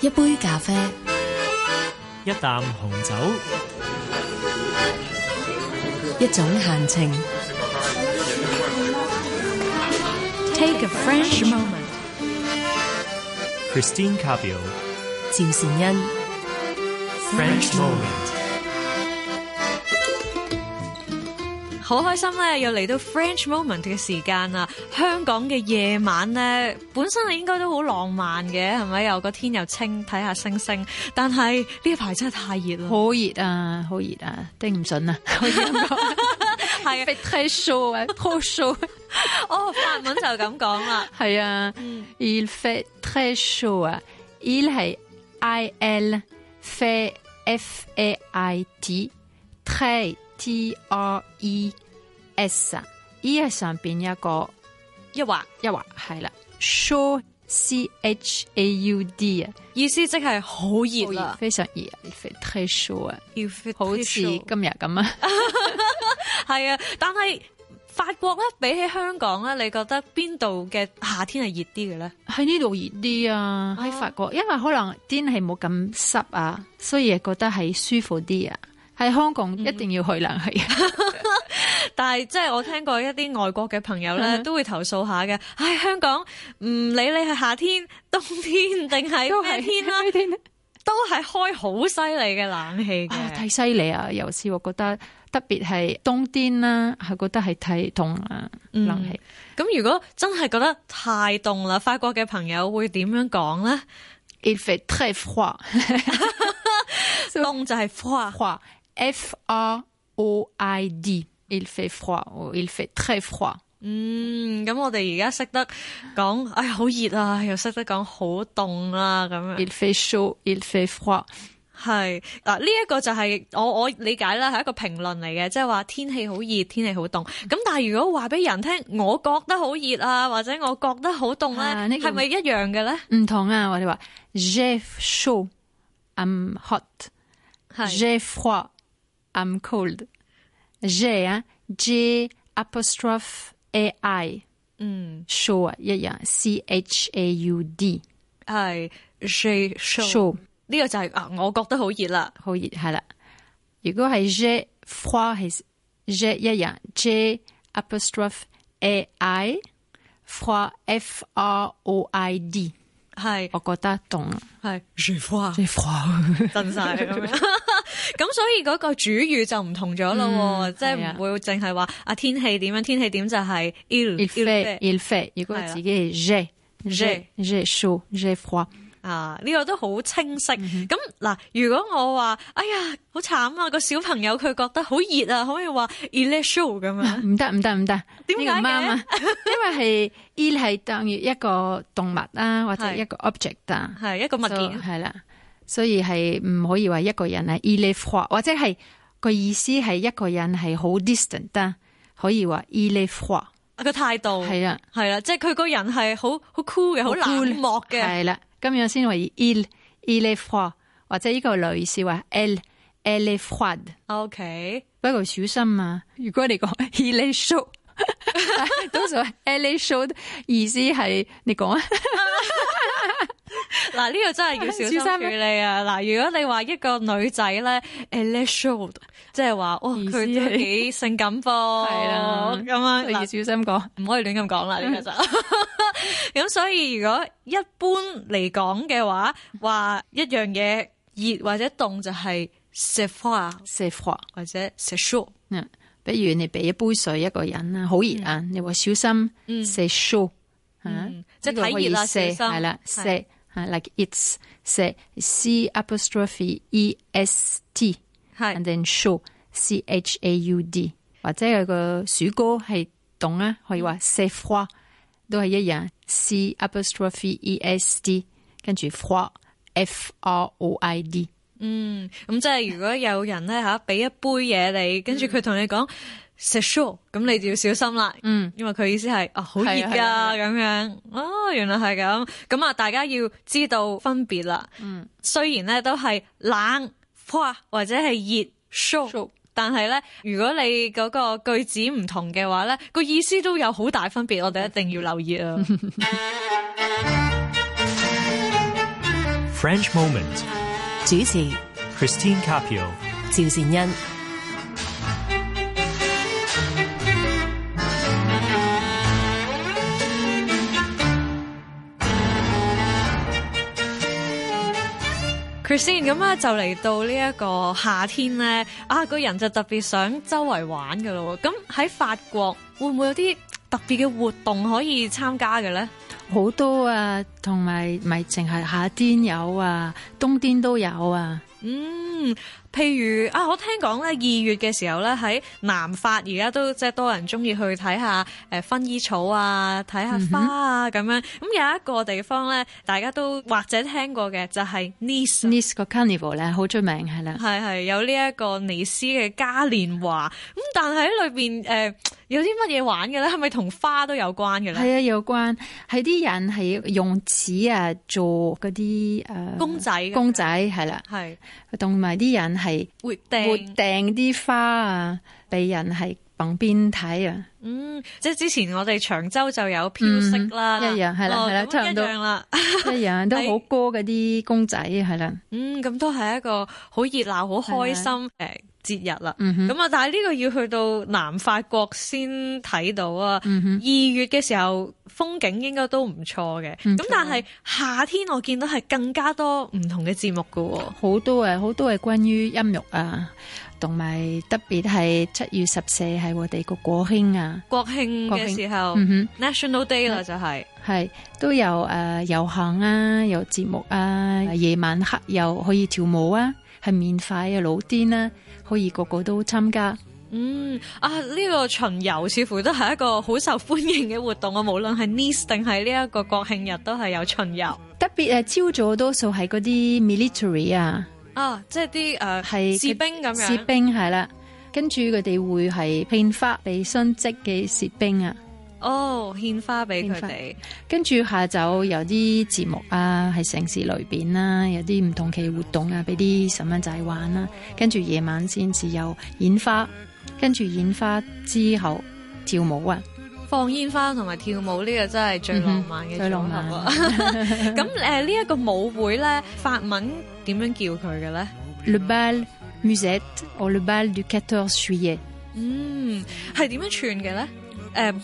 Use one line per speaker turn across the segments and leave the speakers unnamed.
一杯咖啡，
一啖紅酒，
一種閒情。
Take a French moment.
Christine Cabio
趙善恩
French Moment。
好開心咧，又嚟到 French moment 嘅時間啦！香港嘅夜晚咧，本身係應該都好浪漫嘅，係咪？又個天又清，睇下星星。但係呢排真係太熱啦，
好熱啊，好熱啊，頂唔順啊，可以咁講，
係 啊！
非太 chaud 啊，trop chaud，
哦，法文就咁講啦。
係啊，il
嗯
fait très chaud 啊，il 係 i l fait f a i t très t r e s 啊，e 係上邊一個
一畫
一畫係啦，chaud c h a u d 啊，
意思即係好熱啦，
非常熱啊，il fait très chaud 啊，
要
好似今日咁啊。
係啊！但係法國咧，比起香港咧，你覺得邊度嘅夏天係熱啲嘅咧？
喺呢度熱啲啊，喺法國，因為可能天氣冇咁濕啊，所以覺得係舒服啲啊。喺香港一定要去冷氣，
但係即係我聽過一啲外國嘅朋友咧，都會投訴下嘅。唉，香港唔理你係夏天、冬天定係咩天啊哦啦，
天啦，
都係開好犀利嘅冷氣
啊
嘅。
太犀利啊！尤其我覺得特別係冬天啦，係覺得係太凍啊，
嗯
冷氣。
咁如果真係覺得太凍啦，法國嘅朋友會點樣講咧？
Il fait très froid，
凍就係 froid
froid f r o i d，il fait froid，il fait très froid。
嗯，咁我哋而家識得講，唉，好熱啊，又識得講好凍啦，咁樣。
Il fait chaud，il fait froid。
係嗱，啊呢一個就係我我理解啦，係一個評論嚟嘅，即係話天氣好熱，天氣好凍。
嗯
咁但係如果話俾人聽，我覺得好熱啊，或者我覺得好凍
啊
咧，
呢個
係咪一樣嘅咧？
唔同啊！我哋話 j'ai chaud，I'm hot。
係
J'ai froid, I'm cold. J'ai 啊，J apostrophe A I
嗯
show 啊，一樣 C H A U D
係 j show
show
呢個就係、啊，我覺得好熱啦。
好熱係啦。如果係 J'ai froid 係 J'ai 一樣 J apostrophe A I froid F R O I D，
係
我覺得凍啊。
係 j froid
J'ai froid
震晒咁 樣。咁所以嗰個主語就唔同咗咯喎，
嗯
即係
係啊
唔會淨係話啊天氣點樣，天氣點就係 il
il
il
fait il fait，如果
係啦
自己係 J'ai J'ai J'ai chaud J'ai froid。
啊！呢、個都好清晰。
嗯
咁嗱、如果我話，哎呀，好慘啊！個小朋友佢覺得好熱啊，可唔可以話 e l e c t i o 咁樣？
唔得唔得唔得，呢
點
個
解
唔
嘅
啱啊！因為係 il 係等於一個動物啦，或者
係
一個 object 啊，
係一個物件
係啦，所以係唔可以話一個人係 il est froid，或者係個意思係一個人係好 distant 啊，可以話 il est froid，
個態度
係啊啦，
係啦，即係佢個人係好好 cool 嘅，好冷漠嘅，
係啦，咁樣先為 il il est froid，或者呢個類似話 elle elle est froide，
O K，
不過小心啊！如果你講 il est chaud，通常 elle est chaud 意思係你講啊。
嗱呢個真係要小心
小心啊
處理啊！嗱，如果你話一個女仔咧 e l e c t i o 即係話，哦，
意思
佢都幾性感噃，係
係啦
哦咁樣嗱
要小心講。
唔可以亂咁講 啦，呢個就咁。所以如果一般嚟講嘅話，話一樣嘢熱或者凍就係 s e f o i
射火，
或者 s e s h o
嗯，比如你俾一杯水一個人啦，好熱啊，你話小心射 show，啊
嗯即係睇熱啦
射
小心
係啦，射
係
係 like it's 射 c apostrophe e s t
係
and then show c h a u d，或者有個暑哥係凍啦，可
嗯
以話射火，都係一樣 c apostrophe e s t，跟住 froid f r o i d。
嗯咁，即係如果有人咧吓俾一杯嘢你，跟住佢同你講 s e s h o 咁你就要小心啦。
嗯，
因為佢意思係啊好熱
係啊
㗎
係啊
咁樣，哦原來係咁，咁啊大家要知道分別啦。嗯，雖然咧都係冷 f 或者係熱 show，
Chaud
但係咧如果你嗰個句子唔同嘅話咧，個意思都有好大分別， 我哋一定要留意啊。
French Moment
主持
Christine Capio
趙善恩。
Christine，咁啊就嚟到呢一個夏天咧，啊個人就特別想周圍玩噶咯喎。咁喺法國會唔會有啲特別嘅活動可以參加嘅咧？
好多啊，同埋咪淨係夏天有啊，冬天都有啊。
嗯，譬如啊，我聽講咧二月嘅時候咧，喺南法而家都即係多人中意去睇下誒薰衣草啊，睇下花啊咁、樣。咁有一個地方咧，大家都或者聽過嘅就係 Nice 啊。
Nice 個 Carnival 咧好出名係啦，
係係有呢一個尼斯嘅嘉年華，咁但係喺裏邊誒有啲乜嘢玩嘅咧？係咪同花都有關嘅咧？
係啊，有關係啲人係用紙啊做嗰啲誒
公仔咁樣
啊公仔係啦，
係
同埋啲人係
活
會
定。
掟啲花啊，俾人係旁邊睇啊。
嗯，即係之前我哋長洲就有飄色啦，
嗯一樣係啦
哦
係啦
咁
差唔多
一樣啦。
一樣哎都好高嗰啲公仔係啦，
嗯，咁都係一個好熱鬧、好
啊
開心誒節日啦。
嗯哼，
咁啊，但係呢個要去到南法國先睇到啊。二、
嗯哼，
月嘅時候風景應該都唔錯嘅。
唔
咁
嗯錯啊
但係夏天我見到係更加多唔同嘅節目㗎喎。
好多啊，好多係關於音樂啊，同埋特別係七月十四係我哋個國慶啊，
國慶
國
嘅
慶
時候
嗯
National Day 啦，就係
哼，係都有誒、呃遊行啊，有節目啊，夜晚黑又可以跳舞啊，係免費啊，露天啦、可以個個都參加。
嗯啊呢個巡遊似乎都係一個好受歡迎嘅活動啊，無論係 Nice 定係呢一個國慶日都係有巡遊
特別係朝早多數係嗰啲 military 啊，
啊，即係啲誒
係
士兵咁樣。
士兵係啦，跟住佢哋會係獻花俾殉職嘅士兵啊。
哦，獻花俾佢
獻花
哋。
跟住下晝有啲節目啊，喺城市裏邊啦，有啲唔同嘅活動啊，俾啲細蚊仔玩啦。跟住夜晚先至有煙花，跟住煙花之後跳舞啊，
放煙花同埋跳舞呢個真係最浪漫嘅
嗯最浪漫
組合啊！ 咁誒呢一個舞會咧，法文點樣叫佢嘅咧？
Le bal musette or le bal du 14 juillet。
嗯，係點樣串嘅咧？誒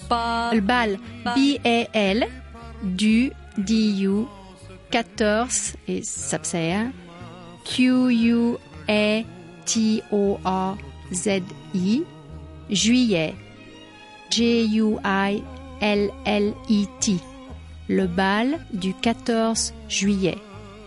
Le
b
bal B A L du D U 14 et 14 hein, Q U A T O R Z I juillet J U I L L I T Le bal du 14 juillet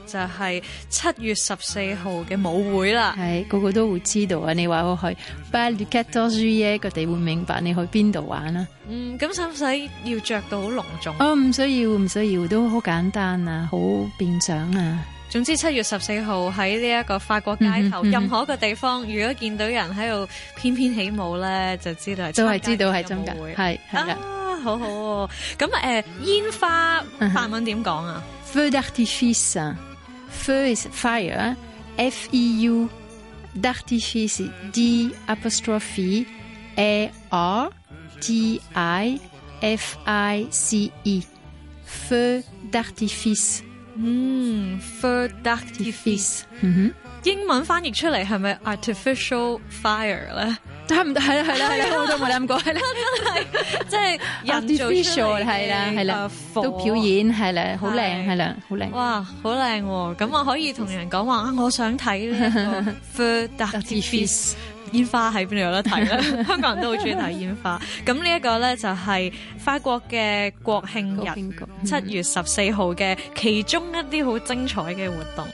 就係七月十四號嘅舞會啦。
係個個都會知道啊！你話我去 bal du 14 juillet，佢哋會明白你去邊度玩啦、
嗯，咁使唔使要着到好隆重？
哦，唔需要，唔需要，都好簡單啊，好變相啊。
總之七月十四號喺呢一個法國街頭，
嗯嗯嗯
任何一個地方，如果見到人喺度翩翩起舞咧，就知道係
都係
參加
知道係
緊
真
嘅
㗎
舞會，
係係啦。
啊，好好喎。咁誒、呃，煙花
嗯哼
法文點講啊？
Feu d'artifice，feu is fire，f e u d'artifice d apostrophe a r t i f i c e，feu d'artifice
嗯 f e r d a r t i f i c
artifice，嗯
英文翻譯出嚟係咪 artificial fire 咧？
哼，差唔多係啦係啦係啦，我都冇諗過係啦
即係人造出嚟
，artificial
嘅
係啦係
呃
啦，
火
都表演係啦，好
係
靚係啦，好靚。
哇，好靚喎！咁我可以同人講話啊，我想睇 呢一個 Feu d'artifice 煙花喺邊度有得睇 咧？香港人都好中意睇煙花。咁呢一個咧就係法國嘅國慶日，
嗯
七月十四號嘅其中一啲好精彩嘅活動。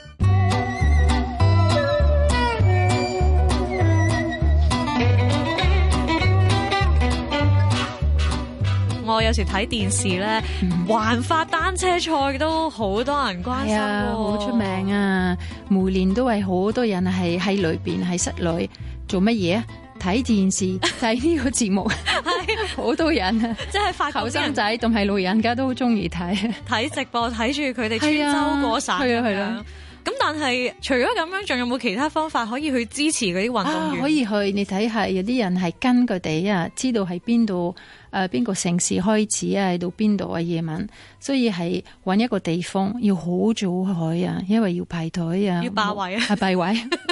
我有時睇電視咧，環法單車賽都好多人關
嗯係
心
啊，
喎
好出名啊！每年都係好多人啊係喺裏邊喺室內做乜嘢啊？睇 電視睇呢個節目， 好多人啊！
即係法
後
國啲
生
人
仔同係老人家都好中意睇。
睇直播，睇住佢哋穿州過省
係啊
咁
係
樣
啊。
咁但係除咗咁樣，仲有冇其他方法可以去支持嗰啲運
啊
動，員？
可以去你睇下，有啲人係跟佢哋啊，知道喺邊度誒邊個城市開始啊，去到邊度啊夜晚，所以係揾一個地方要好早去啊，因為要排隊啊，
要霸位啊
係霸位，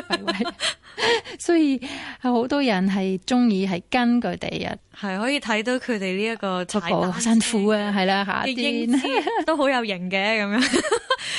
霸位， 所以係好多人係中意係跟佢哋啊，
係可以睇到佢哋呢一個
不
踩
過
單
好
車
辛苦啊，係啦夏
嘅
天
英。姿都好有型嘅咁樣。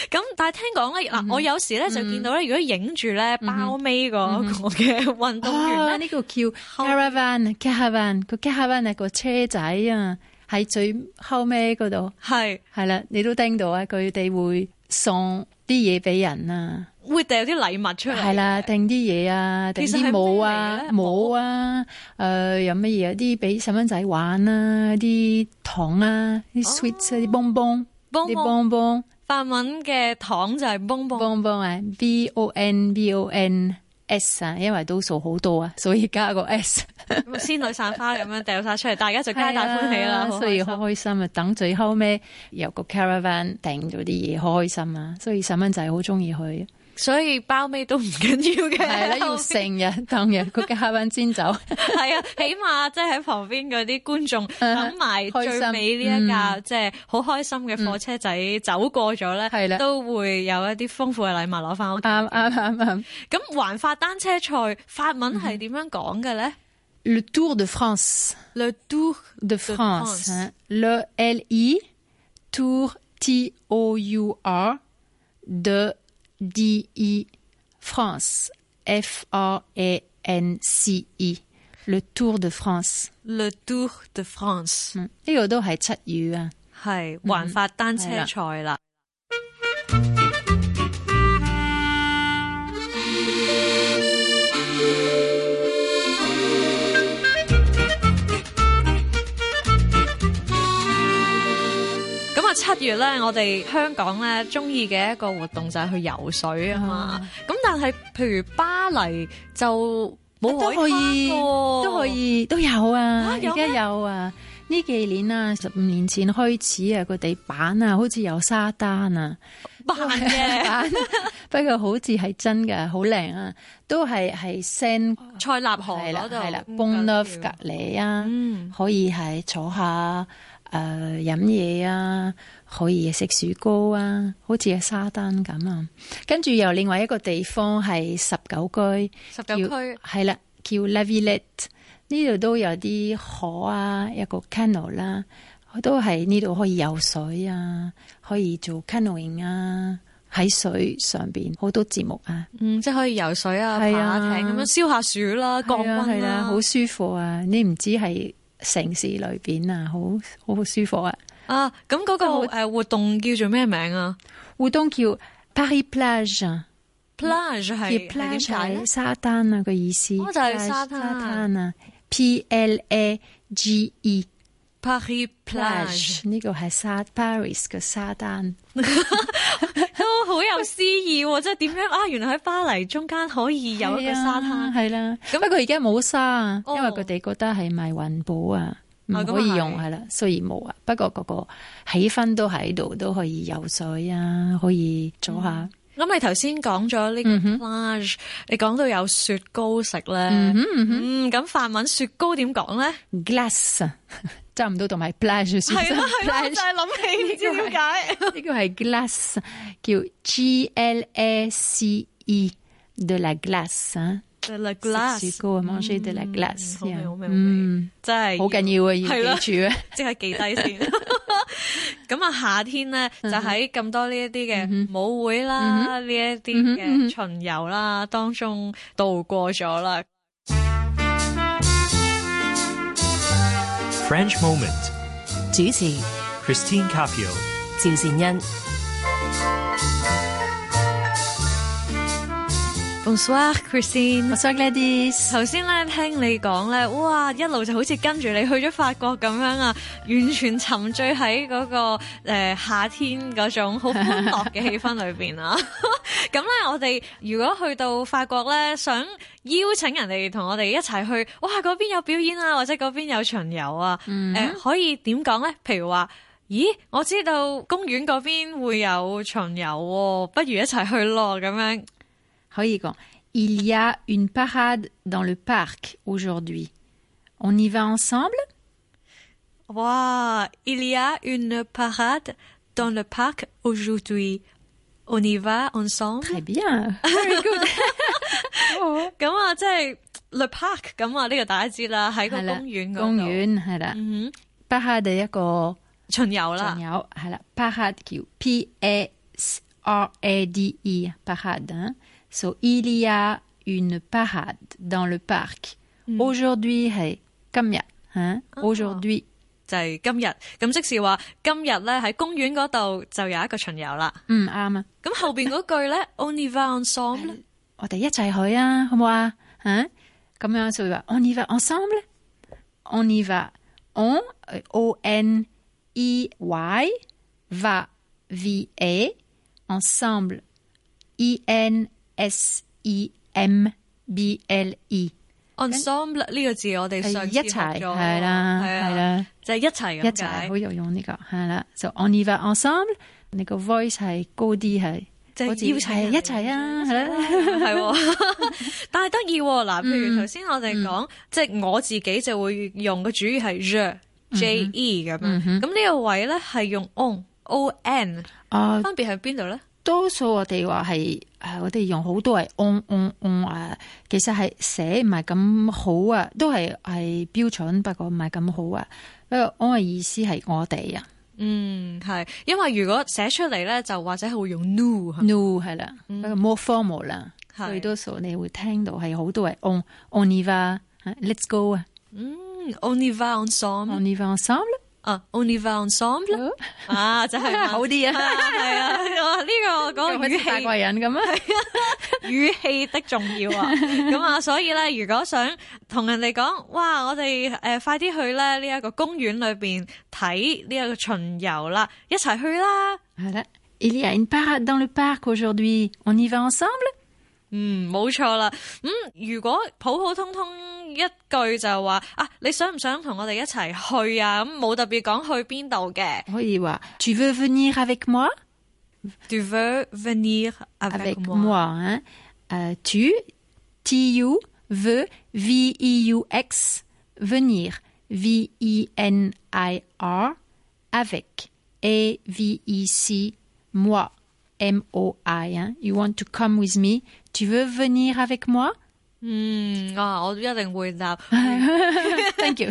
咁但係聽講咧，
嗯
嗱，我有時咧就見到咧，如果影住咧包尾嗰個 嘅運動員
嗯啊！
咧，
呢、個叫 caravan，caravan 個 caravan 係個車仔啊，喺最後尾嗰度，
係
係啦，你都聽到啊，佢哋會送啲嘢俾人啊，
會掉啲禮物出嚟。
係啦，掟啲嘢啊，掟
其實係
啲帽啊
咩嚟嘅咧，
帽啊，誒、有乜嘢啊？啲俾細蚊仔玩啊，啲糖啊，啲 sweets 啊，啲 bonbon，
哦 bonbon
啲 bonbon
法文嘅糖就係蹦蹦
bonbon 啊，b o n b o n s 啊，因為都數好多啊，所以加個 s。
仙女散花咁樣掉晒出嚟，大家就皆大歡喜啦。
係啊
好
所以
開
好
心
開心啊！等最後尾有個 caravan 訂咗啲嘢，好開心啊！所以細蚊仔好中意去，
所以包尾都唔緊要嘅，
係啦， 要成日當日個 caravan 先走，
係啊，起碼即係喺旁邊嗰啲觀眾等埋
開
最
嗯心嗯
尾呢一架即係好開心嘅貨車仔走過咗咧，
係啦
都會有一啲豐富嘅禮物攞翻屋企。
啱啱啱啱。
咁環法單車賽法文
嗯
係點樣講嘅咧
Le Tour de France
？Le Tour
de
France
France，le L I Tour T O U R de D I France F R A N C E，le Tour de France，
Le Tour de France
嗯呢個都係七語啊。
係環
嗯
法單車賽啦。咁啊，七月咧，我哋香港咧中意嘅一個活動就係去游水啊
嗯
嘛。咁、但係，譬如巴黎就冇海
都可以，
灘喎
都可。以，都有啊，
啊
而
有
家有啊。呢幾年啊，十五年前開始啊，個地板啊，好似有沙灘啊，
扮嘅
板啊不過好似係真嘅，好靚啊，都係係 sand
塞納河
係啦
哦嗰度，
係啦
嗯
b o n
緊
o
要
f 隔離啊，
嗯
可以係坐下誒飲嘢啊，可以食雪糕啊，好似係沙灘咁啊。跟住又另外一個地方係十九區。
十九
叫
區
係啦，叫 La Villette，呢度都有啲河啊，有個 canal 啦，都係呢度可以游水啊，可以做 canoeing 啊，喺水上邊好多節目啊，
嗯，即係可以游水啊、
係
爬
啊
艇咁樣燒下樹啦、降
係啊
溫
係啦，
啦
好，舒服啊！你唔知係城市裏邊啊，好好舒服啊！
啊，咁嗰個誒活動叫做咩名啊
活動叫 Paris Plage 啊。
？Plage 係係點
plage
解咧
係？沙灘啊個意思，
哦就係
Plage，
沙灘
灘啊，P L A G E。
Paris Plage
plage 呢個係沙 Paris 嘅沙灘，
都哦好有詩意喎，即係點樣啊？原來喺巴黎中間可以有一個沙灘，
係啊啦。
咁
咁不過而家冇沙啊，
哦
因為佢哋覺得係咪環保啊，唔
啊咁
可以
係
用係啦，所以冇啊。不過嗰個氣氛都喺度，都可以游水啊，可以做下。
咁你頭先講咗呢個
嗯
plage，你講到有雪糕食咧，嗯，咁法文雪糕點講 咧？
glass 啊 差唔多同埋 plage 先
係
生
啦係啦，就
plage
係諗起唔知點解。
呢個係 glass 叫 G L A C E de la glace 啊，
La
食
glace，
雪糕啊，manger de la glace，
好味好味好味
嗯
真係
好緊要啊，
係啦
要記住啊。
即刻記低先。 咁啊，夏天咧就喺咁多呢一啲嘅舞會啦，呢一啲嘅巡遊啦當中度過咗啦。
French Moment.
主持
Christine Capio.
趙善恩。
Bonsoir，Christine。
我 Gladys。
頭先咧聽你講咧，哇一路就好似跟住你去咗法國咁樣啊，完全沉醉喺嗰、個、呃、夏天嗰種好歡樂嘅氣氛裏邊啊！咁咧，我哋如果去到法國咧，想邀請人哋同我哋一齊去，哇嗰邊有表演啊，或者嗰邊有巡遊啊，誒、可以點講咧？譬如話。咦，我知道公園嗰邊會有巡遊喎，不如一齊去咯咁樣。
可以講，Il y a une parade dans le parc aujourd'hui. On y va ensemble?
Wow, il y a une parade dans le parc aujourd'hui. On y va ensemble?
Très bien. Very good.哦
咁啊，即係 le park 咁啊，呢個大家知啦，喺個
係啦
公園嗰
公
度
園係啦。Parade 一個
巡遊啦
仲。有係啦，parade 叫 P A S R A D E parade hein. So il y a une parade dans le parc. Aujourd'hui 係今日，hein. Aujourd'hui
就係今日，咁即是話今日咧喺公園嗰度就有一個巡遊啦。
嗯啱啊，
咁後邊嗰句 咧，On y va ensemble，
我哋一齊去啊，好唔好啊？hein. 咁樣就會話 on y va ensemble，on y va，on o n i y va v a ensemble i n s i m b l i。
ensemble 呢個字我哋上次
一齊
學咗
係啦
係
係
啊
啦，
就係一齊
一
咁
齊
解
好。有用呢、個係啦，就 on y va ensemble，你個 voice 係高啲係，
就係
好似
邀請人
係一齊啊，係啦，
係喎，但係得意喎嗱，譬如頭先我哋講，即係我自己就會用個主語係 je j e 咁樣，咁呢個位咧係用 on o n，
啊
分別喺邊度咧？
多數我哋話係誒，我哋用好多係 on on on 啊，其實係寫唔係咁好啊，都係係標準，不過唔係咁好啊。不過 on 嘅意思係我哋啊
嗯，係，因為如果寫出嚟咧，就或者係會用 nu 係咪
，no 係啦，不過 more formal 啦，
係
所以多數你會聽到係好多係 on on y va，let's go 啊
嗯，on y va ensemble，
，on y va ensemble。
啊，on y va ensemble，啊，就係 嘛
好啲啊
係啊，哇呢個嗰個
好似
語
大
氣。
怪人咁啊！
語氣的重要 啊！咁啊，所以咧，如果想同人哋講，哇，我哋誒、呃快啲去咧呢一個公園裏邊睇呢一個巡遊啦，一齊去啦！
Voilà. Il y a une parade dans le parc aujourd'hui. On y va ensemble?
嗯，冇錯啦。咁、如果普普通通一句就話啊，你想唔想同我哋一齊去啊？咁冇特別講去邊度嘅。
Oui, ouais. Tu veux venir avec moi?
Do you venir avec moi？
hein. Euh, tu, T-U, veux, V-I-U-X, venir, V-I-N-I-R, avec, A-V-I-C, moi, M-O-I. hein. You want to come with me? Tu veux venir avec moi?
嗯，啊，我一定會答。
Thank you.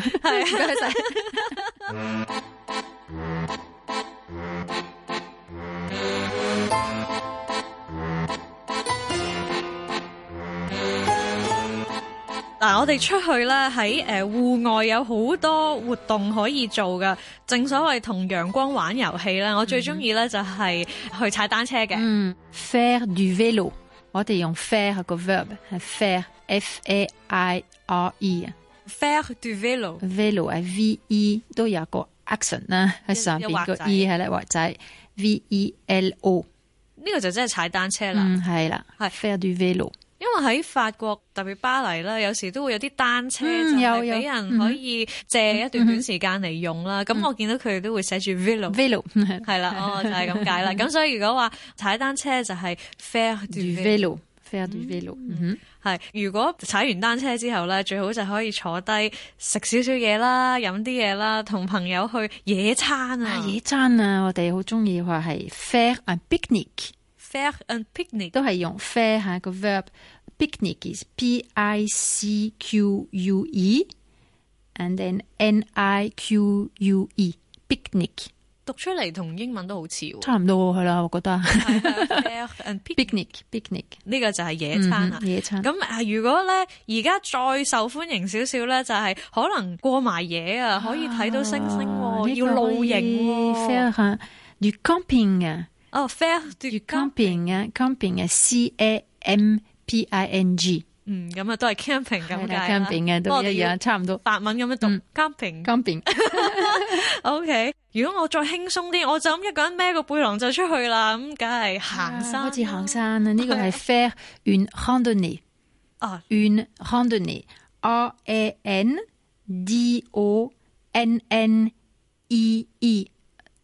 嗱，我哋出去咧喺誒戶外有好多活動可以做噶，正所謂同陽光玩遊戲啦。我最中意咧就係去踩單車嘅，
嗯，faire Hmm. du vélo，我哋用 faire 個 verb 係 faire，f a i r e，vélo
faire du vélo，
係 v e 都有個 accent 啦，喺上
一
邊
畫
個
仔
e 係啦，或者 v e l o，
呢個就真係踩單車啦。
嗯係啦
係
，faire du vélo，
因為喺法國特別巴黎咧，有時都會有啲單車就
嗯
係
有
俾
有
人可以借一段短時間嚟用啦。咁我見到佢哋都會寫住 vélo，
vélo
係啦，哦就係咁解啦。咁所以如果話踩單車就係 faire
du
du vélo。
vélo，faire du vélo，嗯
係，如果踩完單車之後咧，最好就可以坐低食少少嘢啦，飲啲嘢啦，同朋友去野餐
哼
啊
啊野餐啊，我哋好中意話係 faire un picnic。
，fair and picnic。
都係用 fair 下個 verb picnic is p i c q u e and then n i q u e picnic
讀出嚟同英文都好似 喎。啊
差唔多係啦，我覺得
fair and picnic
picnic picnic
呢個就係野餐啊。
嗯野餐
咁啊，如果咧而家再受歡迎少少咧，就係可能過埋夜啊，可以睇到星星
哦
喎，要露營喎。
faire 啊 du camping 啊
哦，fair do
du
camp，
camping 啊 camping 啊 c a m p i n g
嗯，咁啊都係 camping 咁
係
解
啦
啦。
camping 啊
不過我
都
哋
一
要
樣，嗯差唔多
法文咁樣讀 camping。
camping
O、k 如果我再輕鬆啲，我就咁一個人孭個背囊就出去啦，咁梗係行山啦，
開始行山啊！呢 個係 faire une randonnée。
啊
une randonnée. R-A-N D-O-N-N-E-E。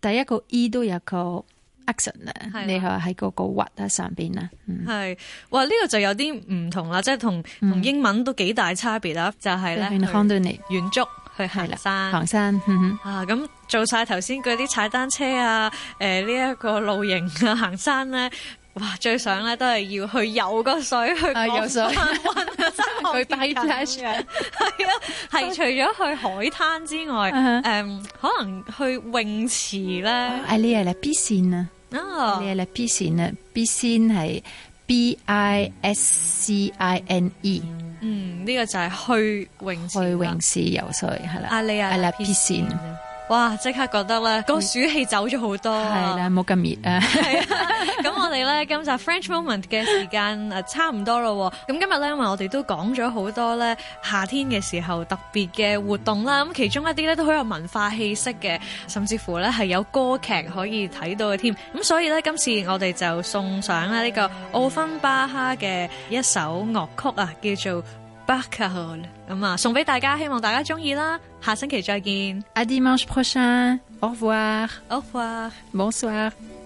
第 E 一個 E 都有個 accent
係啦
啊，你係喺嗰個核喺上邊啊。嗯
係哇，呢、個就有啲唔同啦，即係同同英文都幾大差別啦，就係、
faire
呢，咧
une randonnée。
遠足去行山。
行山，嗯哼。
啊，咁做晒頭先嗰啲踩單車啊，誒呢一個露營啊、行山咧，哇！最想咧都係要去游個水，去
啊游水
降温啊，真係
去 bike flash
係啊，係除咗去海灘之外，誒、
啊
可能去泳池咧
Aller à la piscine.
啊
Aller à la piscine. Piscine 係 B I S C I N E，
嗯，呢、個就係去泳池
去
啦
泳池游水係啦。
ah. Aller à
à
la
la piscine，嗯
哇！即刻覺得咧個暑氣走咗好多啊
係啦，冇咁 熱啊。
咁我哋咧今集 French Moment 嘅時間誒差唔多咯喎，咁今日咧因為我哋都講咗好多咧夏天嘅時候特別嘅活動啦，咁其中一啲咧都好有文化氣息嘅，甚至乎咧係有歌劇可以睇到嘅添。咁所以咧今次我哋就送上咧呢個奧芬巴哈嘅一首樂曲啊，叫做 b a c a h o l 咁啊送俾大家，希望大家中意啦。下星期再見
À dimanche prochain. Au revoir.
，Au revoir。
Bonsoir.